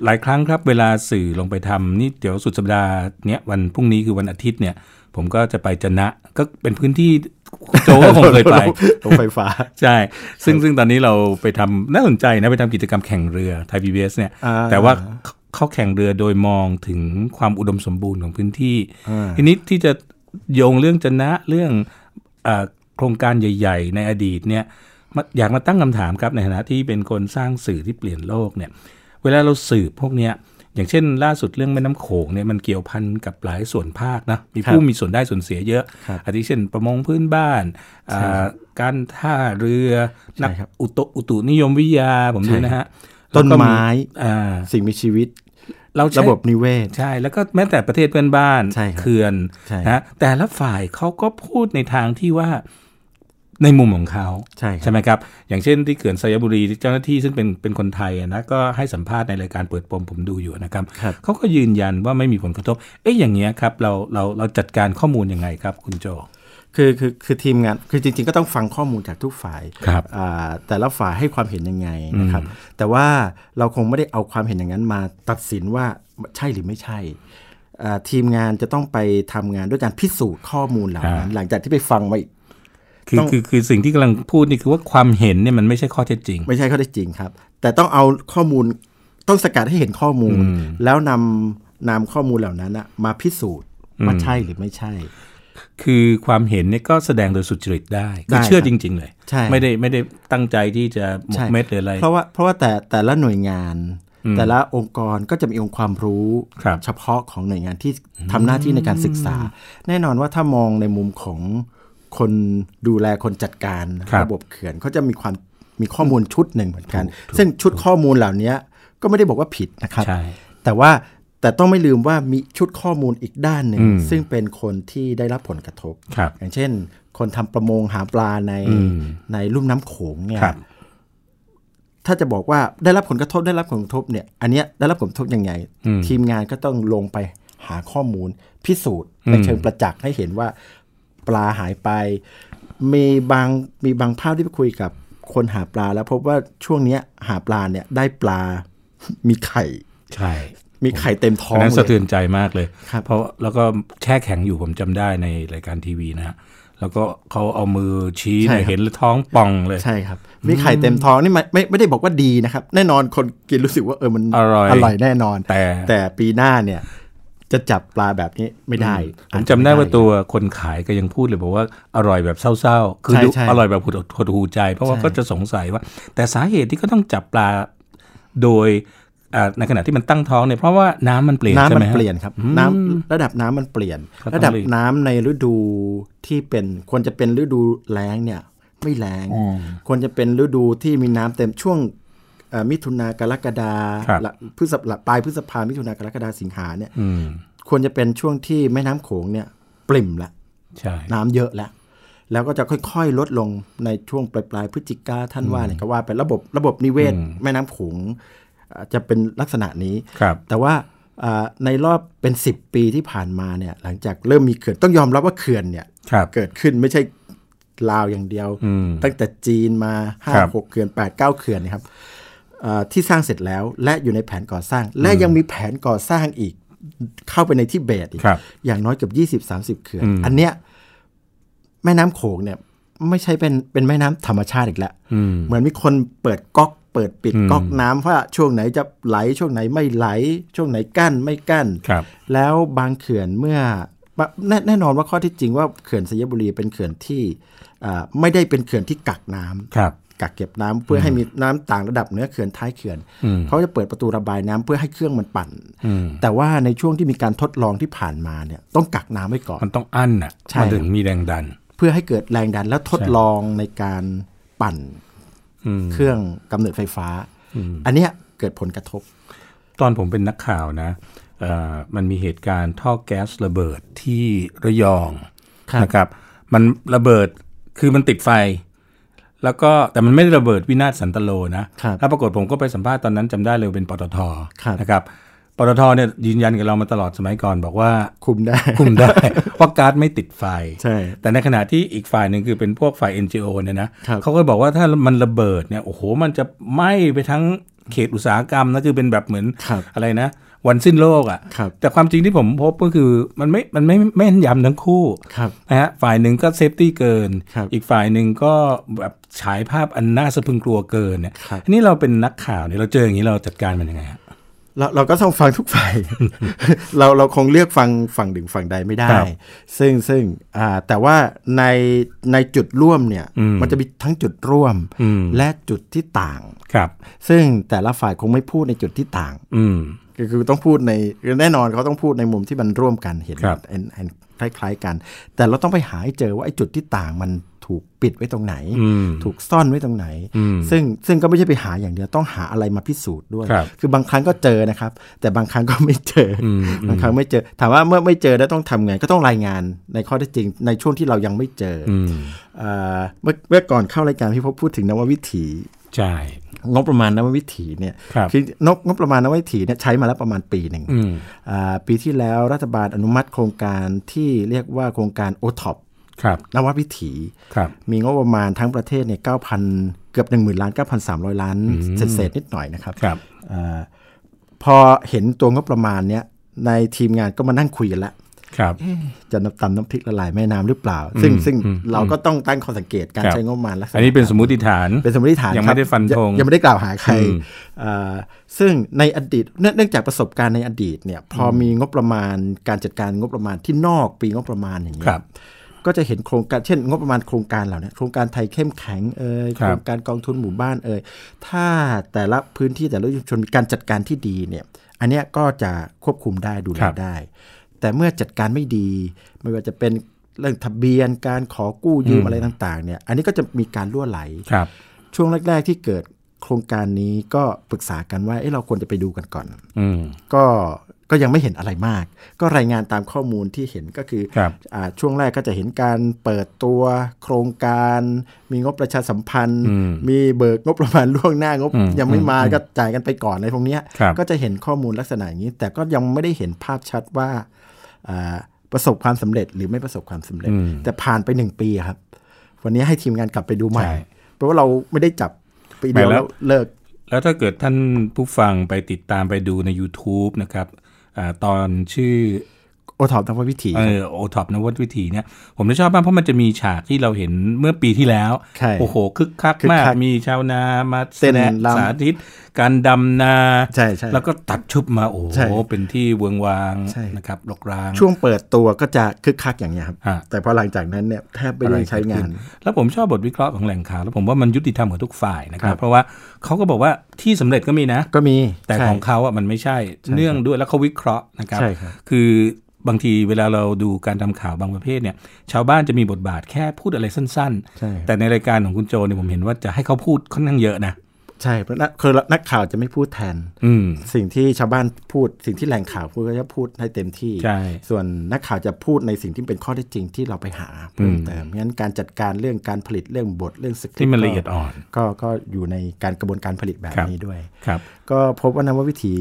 [SPEAKER 2] หลายครั้งครับเวลาสื่อลงไปทำนี่เดี๋ยวสุดสัปดาห์เนี้ยวันพรุ่งนี้คือวันอาทิตย์เนี่ย ผมก็จะไปจะนะ ก็เป็นพื้นที่โจก็คงเคยไป
[SPEAKER 3] โรงไฟฟ้า
[SPEAKER 2] ใช่ ซึ่งซึ่งตอนนี้เราไปทำน่าสนใจนะ ไปทำกิจกรรมแข่งเรือไทยพีบีเนี่ย
[SPEAKER 3] อ่า
[SPEAKER 2] แต่ว่าเขาเขาแข่งเรือโดยมองถึงความอุดมสมบูรณ์ของพื้นที่ ทีนี้ที่จะโยงเรื่องจะนะเรื่องเออโครงการใหญ่ ๆ ในอดีตเนี่ยมาอยากมาตั้งคำถามครับในฐานะที่เป็นคนสร้างสื่อที่เปลี่ยนโลกเนี่ย เวลาเราสืบพวกเนี้ยอย่างเช่น ล่าสุดเรื่องแม่น้ำโขงเนี่ยมันเกี่ยวพันกับหลายส่วนภาคนะมีผู้มีส่วนได้ส่วนเสียเยอะ
[SPEAKER 3] ครับ
[SPEAKER 2] อาทิเช่นประมงพื้นบ้านอ่าการท่าเรือ นัก
[SPEAKER 3] ใช่ครับ
[SPEAKER 2] อุตุอุตุนิยมวิทยาผมดูนะฮะ
[SPEAKER 3] ต้นไม้
[SPEAKER 2] แล้วก็อ่า
[SPEAKER 3] สิ่งมีชีวิต
[SPEAKER 2] เราใช้
[SPEAKER 3] ระบบนิเวศ
[SPEAKER 2] ใช่ แล้วก็แม้แต่ประเทศเพื่อนบ้าน
[SPEAKER 3] ใช่ครับ
[SPEAKER 2] เขื่อน
[SPEAKER 3] ใช่
[SPEAKER 2] นะแต่ละฝ่ายเขาก็พูดในทางที่ว่าในมุมของเขา
[SPEAKER 3] ใช่ค
[SPEAKER 2] ใช่
[SPEAKER 3] รับ
[SPEAKER 2] ไหมครับ อย่างเช่นที่เขื่อนสยบุรีที่เจ้าหน้าที่ซึ่งเป็นเป็นคนไทยอะนะก็ให้สัมภาษณ์ในรายการเปิดปมผมดูอยู่นะครับ
[SPEAKER 3] ครับ
[SPEAKER 2] เขาก็ยืนยันว่าไม่มีผลกระทบ เอ๊ะอย่างเงี้ยครับเราเราเราจัดการข้อมูลยังไงครับ คุณโจ
[SPEAKER 3] คือคือคือทีมงานคือจริง ๆ ก็ต้องฟังข้อมูลจากทุกฝ่าย
[SPEAKER 2] ครับ
[SPEAKER 3] อ่าแต่ละฝ่ายให้ความเห็นยังไงนะครับ แต่ว่าเราคงไม่ได้เอาความเห็นอย่างนั้นมาตัดสินว่าใช่หรือไม่ใช่อ่าทีมงานจะต้องไปทำงานด้วยการพิสูจน์ข้อมูลเหล่านั้น หลังจากที่ไปฟังมาอีก
[SPEAKER 2] คือ
[SPEAKER 3] ต้อง
[SPEAKER 2] คือคือสิ่งที่กำลังพูดนี่คือว่าความเห็นเนี่ยมันไม่ใช่ข้อเท็จจริง
[SPEAKER 3] ไม่ใช่ข้อเท็จจริงครับ แต่ต้องเอาข้อมูลต้องสกัดให้เห็นข้อมูล แล้วนำนำข้อมูลเหล่านั้นน่ะมาพิสูจน์ว่าใช่หรือไม่ใช่
[SPEAKER 2] คือความเห็นเนี่ยก็แสดงโดยสุจริตได้คื
[SPEAKER 3] ได้
[SPEAKER 2] อ
[SPEAKER 3] ครับ
[SPEAKER 2] เชื่อจริง ๆ เลย
[SPEAKER 3] ใช่
[SPEAKER 2] ไม่ได้ไม่ได้ตั้งใจที่จะหมก
[SPEAKER 3] ใช่
[SPEAKER 2] เม็ดหรืออะไร
[SPEAKER 3] เพราะว่าเพราะว่าแต่แต่ละหน่วยงาน แต่ละองค์กรก็จะมีองค์ความรู้
[SPEAKER 2] ครับ
[SPEAKER 3] เฉพาะของหน่วยงานที่ทำหน้าที่ในการศึกษา แน่นอนว่าถ้ามองในมุมของคนดูแลคนจัดการ
[SPEAKER 2] ครับ
[SPEAKER 3] ระบบเขื่อนเขาจะมีความมีข้อมูลชุดหนึ่งเหมือนกัน ซึ่งชุดข้อมูลเหล่านี้ก็ไม่ได้บอกว่าผิดนะครับ
[SPEAKER 2] ใช่
[SPEAKER 3] แต่ว่าแต่ต้องไม่ลืมว่ามีชุดข้อมูลอีกด้านหนึ่ง ซึ่งเป็นคนที่ได้รับผลกระทบ
[SPEAKER 2] ครับ
[SPEAKER 3] อย่างเช่น คนทำประมงหาปลาในในลุ่มน้ำโขงเนี่ย
[SPEAKER 2] ครับ
[SPEAKER 3] ถ้าจะบอกว่าได้รับผลกระทบได้รับผลกระทบเนี่ย อันเนี้ยได้รับผลกระทบยังไง ทีมงานก็ต้องลงไปหาข้อมูล พิสูจน์ในเชิงประจักษ์ให้เห็นว่าปลาหายไป มีบางมีบางภาพที่ไปคุยกับคนหาปลา แล้วพบว่าช่วงเนี้ยหาปลาเนี่ยได้ปลา มีไข่
[SPEAKER 2] ใช่
[SPEAKER 3] มีไข่เต็มท้อ
[SPEAKER 2] อัน
[SPEAKER 3] ง
[SPEAKER 2] นั้น
[SPEAKER 3] เล
[SPEAKER 2] สะเทื
[SPEAKER 3] ย
[SPEAKER 2] อนใจมากเลย
[SPEAKER 3] ครับ
[SPEAKER 2] เพราะแล้วก็แช่แข็งอยู่ผมจำได้ในรายการทีวีนะฮะแล้วก็เขาเอามือชี้เนี่ยเห็นแล้วท้องป่องเลย
[SPEAKER 3] ใช่ครับ มีไข่เต็มท้องนี่มันไม่ไม่ได้บอกว่าดีนะครับ แน่นอนคนกินรู้สึกว่าเออมัน
[SPEAKER 2] อร่อย
[SPEAKER 3] แน่นอน
[SPEAKER 2] แต่
[SPEAKER 3] แต่ปีหน้าเนี่ย จะจับปลาแบบนี้ไม่ได้
[SPEAKER 2] ผ
[SPEAKER 3] อ
[SPEAKER 2] ม
[SPEAKER 3] จจะ
[SPEAKER 2] จำได้ว่า
[SPEAKER 3] ม่
[SPEAKER 2] ตัวคนขายก็ยังพูดเลยบอกว่าอร่อยแบบเศร้าๆ คือ
[SPEAKER 3] ใช่
[SPEAKER 2] ดู
[SPEAKER 3] ใช่
[SPEAKER 2] อร่อยแบบหดหดหูใจ เพราะว่า
[SPEAKER 3] ใช่
[SPEAKER 2] ก็จะสงสัยว่า แต่สาเหตุที่ก็ต้องจับปลาโดยอ่าในขณะที่มันตั้งท้องเนี่ยเพราะว่าน้ำมันเปลี่ยนใช่
[SPEAKER 3] น้ำมั
[SPEAKER 2] ไหม
[SPEAKER 3] น
[SPEAKER 2] ฮะ
[SPEAKER 3] เปลี่ยนครับน้ำระดับน้ำมันเปลี่ยน
[SPEAKER 2] ก็ต้อง
[SPEAKER 3] ระดับ
[SPEAKER 2] รีบ
[SPEAKER 3] น้ำในฤดูที่เป็นควรจะเป็นฤดูแล้งเนี่ยไม่แล้งควรจะเป็นฤดูที่มีน้ำเต็มช่วงเอ่อมิถุนากรกฎา
[SPEAKER 2] ครับ
[SPEAKER 3] ละพฤษภาปลายพฤษภามิถุนากรกฎาสิงหาเนี่ยควรจะเป็นช่วงที่แม่น้ำโขงเนี่ยปริ่มละ
[SPEAKER 2] ใช่
[SPEAKER 3] น้ำเยอะแล้ว แล้วก็จะค่อยๆ ลดลงในช่วงปลายปลายๆพฤศจิกาท่านว่าเนี่ยก็ว่าไประบบระบบนิเวศแม่น้ำโขงเอ่อจะเป็นลักษณะนี้
[SPEAKER 2] ครับ
[SPEAKER 3] แต่ว่าเอ่อในรอบเป็น 10 ปีที่ผ่านมาเนี่ยหลังจากเริ่มมีเขื่อนต้องยอมรับว่าเขื่อนเนี่ย
[SPEAKER 2] ครับ
[SPEAKER 3] เกิดขึ้นไม่ใช่ลาวอย่างเดียว ตั้งแต่จีนมาห้า
[SPEAKER 2] ครับ
[SPEAKER 3] หกเขื่อนแปดเก้าเขื่อนนะครับเอ่อที่สร้างเสร็จแล้วและอยู่ในแผนก่อสร้าง และยังมีแผนก่อสร้างอีกเข้าไปในทิเบตอีก
[SPEAKER 2] ครับ
[SPEAKER 3] อย่างน้อยเกือบยี่สิบสามสิบเขื่อน อันเนี้ยแม่น้ำโขงเนี่ย ไม่ใช่เป็นเป็นแม่น้ำธรรมชาติอีกแล้วเหมือนมีคนเปิดก๊อกเปิดปิดก๊อกน้ำว่าช่วงไหนจะไหลช่วงไหนไม่ไหล ช่วงไหนกั้นไม่กั้น
[SPEAKER 2] ครับ
[SPEAKER 3] แล้วบางเขื่อนเมื่อแน่แน่นอนว่าข้อที่จริงว่าเขื่อนสยบุรีเป็นเขื่อนที่อ่าไม่ได้เป็นเขื่อนที่กักน้ำ
[SPEAKER 2] ครับ
[SPEAKER 3] กักเก็บน้ำเพื่อให้มีน้ำต่างระดับเหนื้อเขื่อนท้ายเขื่อนเขาจะเปิดประตูระบายน้ำเพื่อให้เครื่องมันปั่น แต่ว่าในช่วงที่มีการทดลองที่ผ่านมาเนี่ยต้องกักน้ำไว้ก่อน
[SPEAKER 2] มันต้องอั้นอ่ะ
[SPEAKER 3] ใช่
[SPEAKER 2] มันถึงมีแรงดัน
[SPEAKER 3] เพื่อให้เกิดแรงดันแล้วทดลองในการปั่นเครื่องกำเนิดไฟฟ้า อันเนี้ยเกิดผลกระทบ
[SPEAKER 2] ตอนผมเป็นนักข่าวนะเอ่อมันมีเหตุการณ์ท่อแก๊สระเบิดที่ระยอง
[SPEAKER 3] ครับ
[SPEAKER 2] นะครับ มันระเบิดคือมันติดไฟ แล้วก็แต่มันไม่ได้ระเบิดวินาศสันตโลนะครับ แล้วปรากฏผมก็ไปสัมภาษณ์ตอนนั้นจำได้เลยเป็นปตท
[SPEAKER 3] ครับ
[SPEAKER 2] นะครับปตทเนี่ยยืนยันกับเรามาตลอดสมัยก่อนบอกว่า
[SPEAKER 3] คุมได้
[SPEAKER 2] คุมได้ ว่าการ์ดไม่ติดไฟ
[SPEAKER 3] ใช่
[SPEAKER 2] แต่ในขณะที่อีกฝ่ายหนึ่งคือเป็นพวกฝ่าย NGO เนี่ยนะครับ เขาก็บอกว่าถ้ามันระเบิดเนี่ยโอ้โหมันจะไหม้ไปทั้งเขตอุตสาหกรรมนะคือเป็นแบบเหมือน
[SPEAKER 3] ครับ
[SPEAKER 2] อะไรนะ วันสิ้นโลกอะ
[SPEAKER 3] ครั่
[SPEAKER 2] ะ
[SPEAKER 3] บ
[SPEAKER 2] แต่ความจริงที่ผมพบก็คือมันไม่มันไม่ไม่แม่นยำทั้งคู่
[SPEAKER 3] ครับ
[SPEAKER 2] นะฮะฝ่ายหนึ่งก็เซฟตี้เกิน
[SPEAKER 3] ครับ
[SPEAKER 2] อีกฝ่ายหนึ่งก็แบบฉายภาพอันน่าสะพรึงกลัวเกินเนี่ย
[SPEAKER 3] ครับ
[SPEAKER 2] อันนี่เราเป็นนักข่าวเนี่ยเราเจออย่างนี้เราจัดการมันยังไงฮะ
[SPEAKER 3] เราเราก็ต้องฟังทุกฝ่าย เราเราคงเลือกฟังฝั่งหนึ่งฝั่งใดไม่ได้
[SPEAKER 2] ครับ
[SPEAKER 3] ซึ่งซึ่งอ่าแต่ว่าในในจุดร่วมเนี่ยมันจะมีทั้งจุดร่วม
[SPEAKER 2] อืม
[SPEAKER 3] และจุดที่ต่าง
[SPEAKER 2] ครับ
[SPEAKER 3] ซึ่งแต่ละฝ่ายคงไม่พูดในจุดที่ต่าง
[SPEAKER 2] อืม
[SPEAKER 3] ก็คือต้องพูดในแน่นอนเขาต้องพูดในมุมที่มันร่วมกันเห็น
[SPEAKER 2] ครับ
[SPEAKER 3] เห็นเห็นคล้ายๆกัน แต่เราต้องไปหาให้เจอว่าไอ้จุดที่ต่างมันถูกปิดไว้ตรงไหน
[SPEAKER 2] อืม
[SPEAKER 3] ถูกซ่อนไว้ตรงไหน ซึ่งซึ่งก็ไม่ใช่ไปหาอย่างเดียวต้องหาอะไรมาพิสูจน์ด้วย
[SPEAKER 2] ครับ
[SPEAKER 3] อบางครั้งก็เจอนะครับ แต่บางครั้งก็ไม่เจออบางครั้งไม่เจอ ถามว่าเมื่อไม่เจอแล้วต้องทำไงก็ต้องรายงานในข้อเท็จจริง ในช่วงที่เรายังไม่เจออ
[SPEAKER 2] ม
[SPEAKER 3] เอ่อเมื่อเมื่อก่อนเข้ารายการพี่พบพูดถึงนววิถี
[SPEAKER 2] ใช่
[SPEAKER 3] งบประมาณนววิถีเนี่ย
[SPEAKER 2] ครับ
[SPEAKER 3] คืองบงบประมาณนววิถีเนี่ยใช้มาแล้วประมาณปีหนึ่งอ่าปีที่แล้วรัฐบาลอนุมัติโครงการที่เรียกว่าโครงการโอท็อป
[SPEAKER 2] ครับ
[SPEAKER 3] นววิถี
[SPEAKER 2] ครับ
[SPEAKER 3] มีงบประมาณทั้งประเทศเนี่ย9,000 เกือบ 1 0,000ล้าน9,300 ล้านเศษๆนิดหน่อยนะครับ
[SPEAKER 2] ครับ
[SPEAKER 3] อาพอเห็นตัวงบประมาณเนี่ยในทีมงานก็มานั่งคุยกันละ
[SPEAKER 2] ครับ
[SPEAKER 3] จะน้ำตำน้ำพริกละลายแม่น้ำหรือเปล่า ซึ่งซึ่งเราก็ต้องตั้งข้อสังเกตการ
[SPEAKER 2] ครับ
[SPEAKER 3] ใช้งบประมาณลักษณะ
[SPEAKER 2] อันนี้เป็นสมมติฐาน
[SPEAKER 3] เป็นสมมติฐาน
[SPEAKER 2] ยัง
[SPEAKER 3] ค
[SPEAKER 2] ไม่
[SPEAKER 3] รับ
[SPEAKER 2] ได้ฟันธง
[SPEAKER 3] ยยังไม่ได้กล่าวหาใคร
[SPEAKER 2] อืม
[SPEAKER 3] เอ่อซึ่งในอดีตเนื่องเนื่องจากประสบการณ์ในอดีตเนี่ยพอมีงบประมาณการจัดการงบประมาณที่นอกปีงบประมาณอย่างเงี้
[SPEAKER 2] ค
[SPEAKER 3] ย
[SPEAKER 2] รับ
[SPEAKER 3] ก็จะเห็นโครงการเช่น งบประมาณโครงการเหล่าเนี้ยโครงการไทยเข้มแข็งเอ่ย
[SPEAKER 2] ครั
[SPEAKER 3] โค
[SPEAKER 2] บ
[SPEAKER 3] รงการกองทุนหมู่บ้านเอ่ยถ้าแต่ละพื้นที่แต่ละชุมชนมีการจัดการที่ดีเนี่ยอันเนี้ยก็จะควบคุมได้ดูแล
[SPEAKER 2] ครับ
[SPEAKER 3] ได้ แต่เมื่อจัดการไม่ดี ไม่ว่าจะเป็นเรื่องทะเบียนการขอกู้ยืมอะไรต่างๆเนี่ยอันนี้ก็จะมีการล่วไหล
[SPEAKER 2] ครับ
[SPEAKER 3] ช่วงแรก ๆ ที่เกิดโครงการนี้ก็ปรึกษากันว่าเอะเราควรจะไปดูกันก่อน
[SPEAKER 2] อืม
[SPEAKER 3] ก็ก็ยังไม่เห็นอะไรมาก ก็รายงานตามข้อมูลที่เห็นก็คือ
[SPEAKER 2] ครับ
[SPEAKER 3] อาช่วงแรกก็จะเห็นการเปิดตัวโครงการ มีงบประชาสัมพันธ์
[SPEAKER 2] อืม
[SPEAKER 3] มีเบิกงบประมาณล่วงหน้างบ
[SPEAKER 2] อืม
[SPEAKER 3] ยังไม่มาก็จ่ายกันไปก่อนอะไรพวกเนี้ย
[SPEAKER 2] ครับ
[SPEAKER 3] ก็จะเห็นข้อมูลลักษณะอย่างนี้ แต่ก็ยังไม่ได้เห็นภาพชัดว่าอ่าประสบความสำเร็จหรือไม่ประสบความสำเร็จ แต่ผ่านไปหนึ่งปีครับ วันนี้ให้ทีมงานกลับไปดูใหม่
[SPEAKER 2] ใช่
[SPEAKER 3] เพราะว่าเราไม่ได้จับปีเดียว
[SPEAKER 2] ไปแล้ว
[SPEAKER 3] แล้วเลิก
[SPEAKER 2] แล้วถ้าเกิดท่านผู้ฟังไปติดตามไปดูใน YouTube นะครับอาตอนชื่อ
[SPEAKER 3] โอทอมทางวิถี
[SPEAKER 2] เออโอท็อปนวัตวิถีเนี่ยผมจะชอบมากเพราะมันจะมีฉากที่เราเห็นเมื่อปีที่แล้ว
[SPEAKER 3] ใช่
[SPEAKER 2] โอ้โห คึกคัก
[SPEAKER 3] คึก
[SPEAKER 2] มาก
[SPEAKER 3] คัก
[SPEAKER 2] มีชาวนามา
[SPEAKER 3] เต้น
[SPEAKER 2] แสดง
[SPEAKER 3] รำ
[SPEAKER 2] สาธิต การดำนา
[SPEAKER 3] ใช่ใช่
[SPEAKER 2] แล้วก็ตัดชุบมาโอ้โห
[SPEAKER 3] ใช่
[SPEAKER 2] เป็นที่เวืองวาง
[SPEAKER 3] ใช่
[SPEAKER 2] นะครับรกราง
[SPEAKER 3] ช่วงเปิดตัวก็จะคึกคักอย่างเงี้ยครับ
[SPEAKER 2] ฮะ
[SPEAKER 3] แต่พอหลังจากนั้นเนี่ยแทบไม่
[SPEAKER 2] อะร
[SPEAKER 3] ได้ใช้งา
[SPEAKER 2] เกิด
[SPEAKER 3] น
[SPEAKER 2] ขึ้แล้วผมชอบบทวิเคราะห์ของแหล่งข่าวแล้วผมว่ามันยุติธรรมกับทุกฝ่ายนะครั
[SPEAKER 3] ครับ บ
[SPEAKER 2] เพราะว่าเขาก็บอกว่าที่สำเร็จก็มีนะ
[SPEAKER 3] ก็มี
[SPEAKER 2] แต่
[SPEAKER 3] ใช่
[SPEAKER 2] ของเขาอ่ะมันไม่ใช่เนื่องด้วยแล้วเขาวิเคราะห์นะครับ
[SPEAKER 3] ใช่ครับ
[SPEAKER 2] คือบางทีเวลาเราดูการทำข่าวบางประเภทเนี่ย ชาวบ้านจะมีบทบาทแค่พูดอะไรสั้น
[SPEAKER 3] ใช่ครับ
[SPEAKER 2] แต่ในรายการของคุณโจเนี่ยผมเห็นว่าจะให้เขาพูดค่อนข้างเยอะนะ
[SPEAKER 3] ใช่เพราะนักคือนักข่าวจะไม่พูดแทน
[SPEAKER 2] อืม
[SPEAKER 3] สิ่งที่ชาวบ้านพูด สิ่งที่แหล่งข่าวพูดก็จะพูดให้เต็มที่
[SPEAKER 2] ใช่
[SPEAKER 3] ส่วนนักข่าวจะพูดในสิ่งที่เป็นข้อเท็จจริงที่เราไปหาเพิ่มเติมงั้นการจัดการเรื่องการผลิตเรื่องบทเรื่องสคริปต์
[SPEAKER 2] ที่มันละเอียดอ่อน
[SPEAKER 3] ก็ก็อยู่ในการกระบวนการผลิตแบบ
[SPEAKER 2] ครับ
[SPEAKER 3] นี้ด้วย
[SPEAKER 2] ครับ
[SPEAKER 3] ก็พบว่านวัตวิถี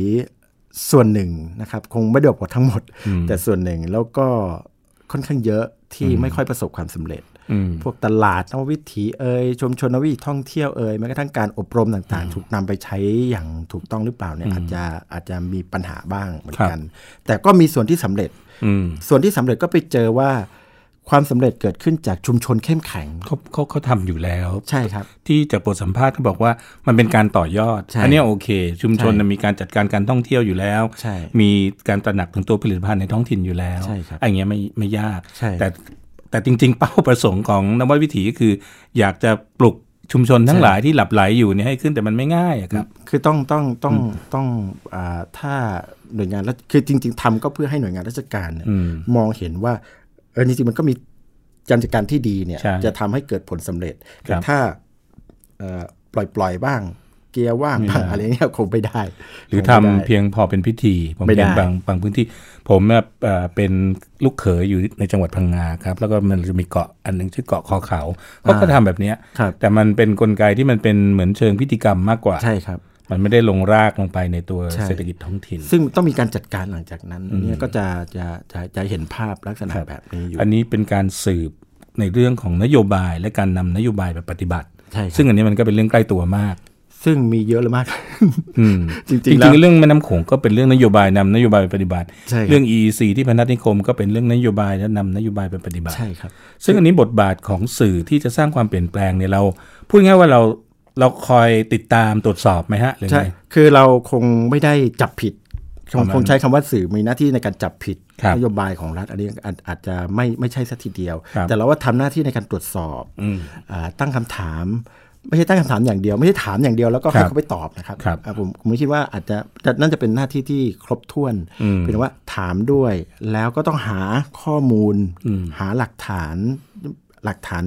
[SPEAKER 3] ส่วนหนึ่งนะครับคงไม่ได้บอกว่าทั้งหมด แต่ส่วนหนึ่งแล้วก็ค่อนข้างเยอะที่ไม่ค่อยประสบความสำเร็จ
[SPEAKER 2] อืม
[SPEAKER 3] พวกตลาดนวัตวิถีเอ่ยชุมชนนวัตวิถีท่องเที่ยวเอ่ยแม้กระทั่งการอบรมต่างๆ ถูกนำไปใช้อย่างถูกต้องหรือเปล่าเนี่ยอาจจะอาจจะมีปัญหาบ้างเหมือนกัน แต่ก็มีส่วนที่สำเร็จ
[SPEAKER 2] อืม
[SPEAKER 3] ส่วนที่สำเร็จก็ไปเจอว่าความสำเร็จเกิดขึ้นจากชุมชนเข้มแข็ง
[SPEAKER 2] เขาเขาเขาทำอยู่แล้ว
[SPEAKER 3] ใช่ครับ
[SPEAKER 2] ที่จากบทสัมภาษณ์เขาบอกว่ามันเป็นการต่อยอด
[SPEAKER 3] ใช่
[SPEAKER 2] อันเนี้ยโอเค ชุมชน
[SPEAKER 3] ใช่
[SPEAKER 2] น่ะมีการจัดการการท่องเที่ยวอยู่แล้ว
[SPEAKER 3] ใช่
[SPEAKER 2] มีการตระหนักถึงตัวผลิตภัณฑ์ในท้องถิ่นอยู่แล้ว
[SPEAKER 3] ใช่ครับ
[SPEAKER 2] อันเงี้ยไม่ไม่ยาก
[SPEAKER 3] ใช่
[SPEAKER 2] แต่แต่จริง ๆ เป้าประสงค์ของนวัตวิถีก็คือ อยากจะปลุกชุมชนทั้งหลายที่หลับไหลอยู่เนี่ยให้ขึ้นแต่มันไม่ง่ายอะครับ
[SPEAKER 3] คือต้องต้องต้องต้องอาถ้าหน่วยงานรัฐคือจริง ๆทำก็เพื่อให้หน่วยงานราชการเนี่ย
[SPEAKER 2] อืม
[SPEAKER 3] มองเห็นว่าเออจริงๆมันก็มีการจัดการที่ดีเนี่ย
[SPEAKER 2] ใช่
[SPEAKER 3] จะทำให้เกิดผลสำเร็จ
[SPEAKER 2] ค
[SPEAKER 3] แต่
[SPEAKER 2] รับ
[SPEAKER 3] ถ้าเอ่อปล่อยปล่อยบ้าง เกียร์ว่างบ้าง
[SPEAKER 2] ไม่ได้
[SPEAKER 3] อะไรเงี้ยคงไม่ได้
[SPEAKER 2] หรือ
[SPEAKER 3] ค
[SPEAKER 2] ทำ
[SPEAKER 3] งไม่ได้
[SPEAKER 2] เพียงพอเป็นพิธี ผม
[SPEAKER 3] ไม่ได้
[SPEAKER 2] เห็นบางบางพื้นที่ ผมเนี่ยเอ่อเป็นลูกเขยอยู่ในจังหวัดพังงาครับ แล้วก็มันจะมีเกาะอันหนึ่งชื่อเกาะคอเขาเขาก็ทำแบบเนี้ย
[SPEAKER 3] ครับ
[SPEAKER 2] แต่มันเป็นกลไกที่มันเป็นเหมือนเชิงพิธีกรรมมากกว่า
[SPEAKER 3] ใช่ครับ
[SPEAKER 2] มันไม่ได้ลงรากลงไปในตัว
[SPEAKER 3] ใช่
[SPEAKER 2] เศรษฐกิจท้องถิ่น
[SPEAKER 3] ซึ่งต้องมีการจัดการหลังจากนั้นอันเนี่ยก็จะจะจะจะเห็นภาพลักษณะ
[SPEAKER 2] ครับ
[SPEAKER 3] แบบนี้อยู่
[SPEAKER 2] อันนี้เป็นการสืบในเรื่องของนโยบายและการนำนโยบายไปปฏิบัติ
[SPEAKER 3] ใช่ครับ
[SPEAKER 2] ซึ่งอันนี้มันก็เป็นเรื่องใกล้ตัวมาก
[SPEAKER 3] ซึ่งมีเยอะเลยมาก
[SPEAKER 2] อืม
[SPEAKER 3] จ
[SPEAKER 2] จ
[SPEAKER 3] ริ
[SPEAKER 2] ริง
[SPEAKER 3] งๆแล้ว
[SPEAKER 2] ๆเรื่องแม่น้ำโขงก็เป็นเรื่องนโยบายนำนโยบายไปปฏิบัติ
[SPEAKER 3] ใช่ครับ
[SPEAKER 2] เรื่อง EEC ที่พนัสนิคมก็เป็นเรื่องนโยบายและนำนโยบายไปปฏิบัติ
[SPEAKER 3] ใช่ครับ
[SPEAKER 2] ซึ่งอันนี้บทบาทของสื่อที่จะสร้างความเปลี่ยนแปลงเนี่ยเรา พูดง่ายๆว่าเราเราคอยติดตามตรวจสอบไหมฮะหรือ
[SPEAKER 3] ใช่
[SPEAKER 2] ไง
[SPEAKER 3] คือเราคงไม่ได้จับผิดค
[SPEAKER 2] ป
[SPEAKER 3] ง
[SPEAKER 2] ระมาณ
[SPEAKER 3] คงใช้คำว่าสื่อมีหน้าที่ในการจับผิด
[SPEAKER 2] ครับ
[SPEAKER 3] นโยบายของรัฐอันนี้อาจอาจจะไม่ไม่ใช่สัทีเดียว
[SPEAKER 2] ครับ
[SPEAKER 3] แต่เราว่าทำหน้าที่ในการตรวจสอบอ่าตั้งคำถาม ไม่ใช่ตั้งคำถามอย่างเดียว ไม่ใช่ถามอย่างเดียวแล้วก็ให้เขาไปตอบนะครับ
[SPEAKER 2] ครับ
[SPEAKER 3] อ่าผมผมคิดว่าอาจจะจะน่าจะเป็นหน้าที่ที่ครบถ้วนเป็นว่าถามด้วยแล้วก็ต้องหาข้อมูล หาหลักฐานหลักฐาน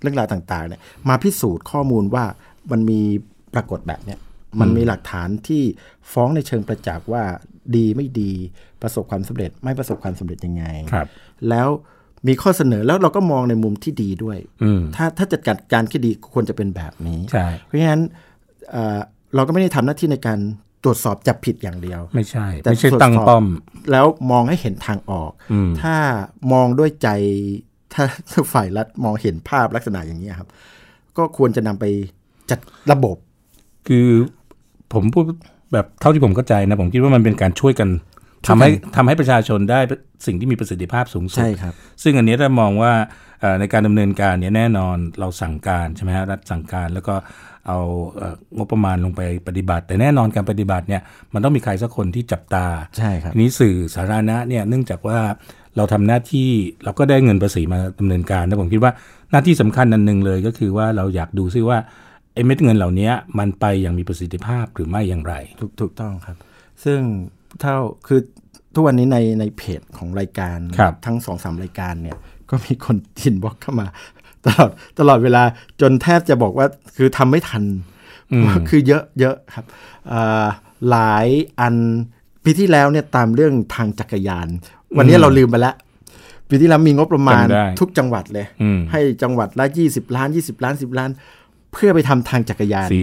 [SPEAKER 3] เรื่องราวต่างๆเนี่ยมาพิสูจน์ข้อมูลว่ามันมีปรากฏแบบเนี้ยมันมีหลักฐานที่ฟ้องในเชิงประจักษ์ว่าดีไม่ดีประสบความสำเร็จ ไม่ประสบความสำเร็จยังไง
[SPEAKER 2] ครับ
[SPEAKER 3] แล้วมีข้อเสนอแล้วเราก็มองในมุมที่ดีด้วย
[SPEAKER 2] อืม
[SPEAKER 3] ถ้าถ้าจัดการการที่ดีควรจะเป็นแบบนี้
[SPEAKER 2] ใช่
[SPEAKER 3] เพราะฉะนั้นเอ่อเราก็ไม่ได้ทำหน้าที่ในการตรวจสอบจับผิดอย่างเดียว
[SPEAKER 2] ไม่ใช่
[SPEAKER 3] แต่
[SPEAKER 2] ไม่ใช่
[SPEAKER 3] ตรวจสอบ
[SPEAKER 2] ตั้งป้อม
[SPEAKER 3] แล้วมองให้เห็นทางออก ถ้ามองด้วยใจถ้า ถ้าฝ่ายรัฐมองเห็นภาพลักษณะอย่างนี้ยครับ ก็ควรจะนำไปจัดระบบ
[SPEAKER 2] คือผมพูดแบบเท่าที่ผมเข้าใจนะ ผมคิดว่ามันเป็นการช่วยกัน ทำให้ทำให้ประชาชนได้สิ่งที่มีประสิทธิภาพสูงสุด
[SPEAKER 3] ใช่ครับ
[SPEAKER 2] ซึ่งอันนี้ถ้ามองว่าเอ่อในการดำเนินการเนี่ยแน่นอนเราสั่งการใช่ไหมฮะรัฐสั่งการแล้วก็เอาเอ่องบประมาณลงไปปฏิบัติ แต่แน่นอนการปฏิบัติเนี่ยมันต้องมีใครสักคนที่จับตา
[SPEAKER 3] ใช่ครับ
[SPEAKER 2] ทีนี้สื่อสาธารณะเนี่ยเนื่องจากว่าเราทำหน้าที่เราก็ได้เงินภาษีมาดำเนินการนะผมคิดว่าหน้าที่สำคัญอันหนึ่งเลยก็คือว่าเราอยากดูซิว่าไอ้เม็ดเงินเหล่านี้มันไปอย่างมีประสิทธิภาพหรือไม่อย่างไร
[SPEAKER 3] ถูกถูกต้องครับ ซึ่งเท่าคือทุกวันนี้ในในเพจของรายการ
[SPEAKER 2] ครับ
[SPEAKER 3] ทั้งสองสามรายการเนี่ย ก็มีคนทินบล็อกเข้ามา ตลอดตลอดเวลาจนแทบจะบอกว่าคือทำไม่ทัน คือเยอะเยอะครับอ่าหลายอันปีที่แล้วเนี่ยตามเรื่องทางจักรยาน วันนี้เราลืมไปแล้วปีที่แล้วมีงบประมาณ
[SPEAKER 2] จำได้
[SPEAKER 3] ทุกจังหวัดเลย
[SPEAKER 2] อืม
[SPEAKER 3] ให้จังหวัดละ20 ล้าน 20 ล้าน 10 ล้าน เพื่อไปทำทางจักรยาน
[SPEAKER 2] สี